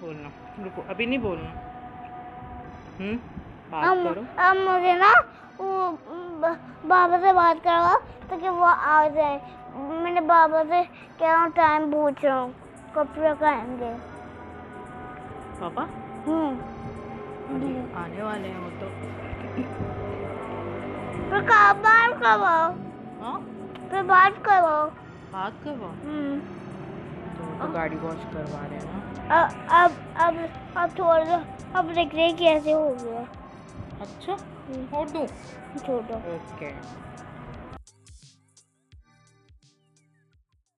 बोलना रुको अभी नहीं बोलना हम्म बात अब करो अब मुझे ना वो ब- बाबा से बात करवाओ ताकि वो आ जाए मैंने बाबा से कह रहा हूँ टाइम पूछ रहा हूँ कब तक आएंगे पापा हम्म अभी आने वाले हैं वो तो फिर कब बात करवाओ हाँ फिर बात करवाओ बात करवा हम्म तो वो गाड़ी वॉश करवा रहे हैं ना अब अब अब अब छोड़ दो अब देख रहे कैसे हो गया अच्छा हम्म, छोड़ दूँ छोड़ दो ओके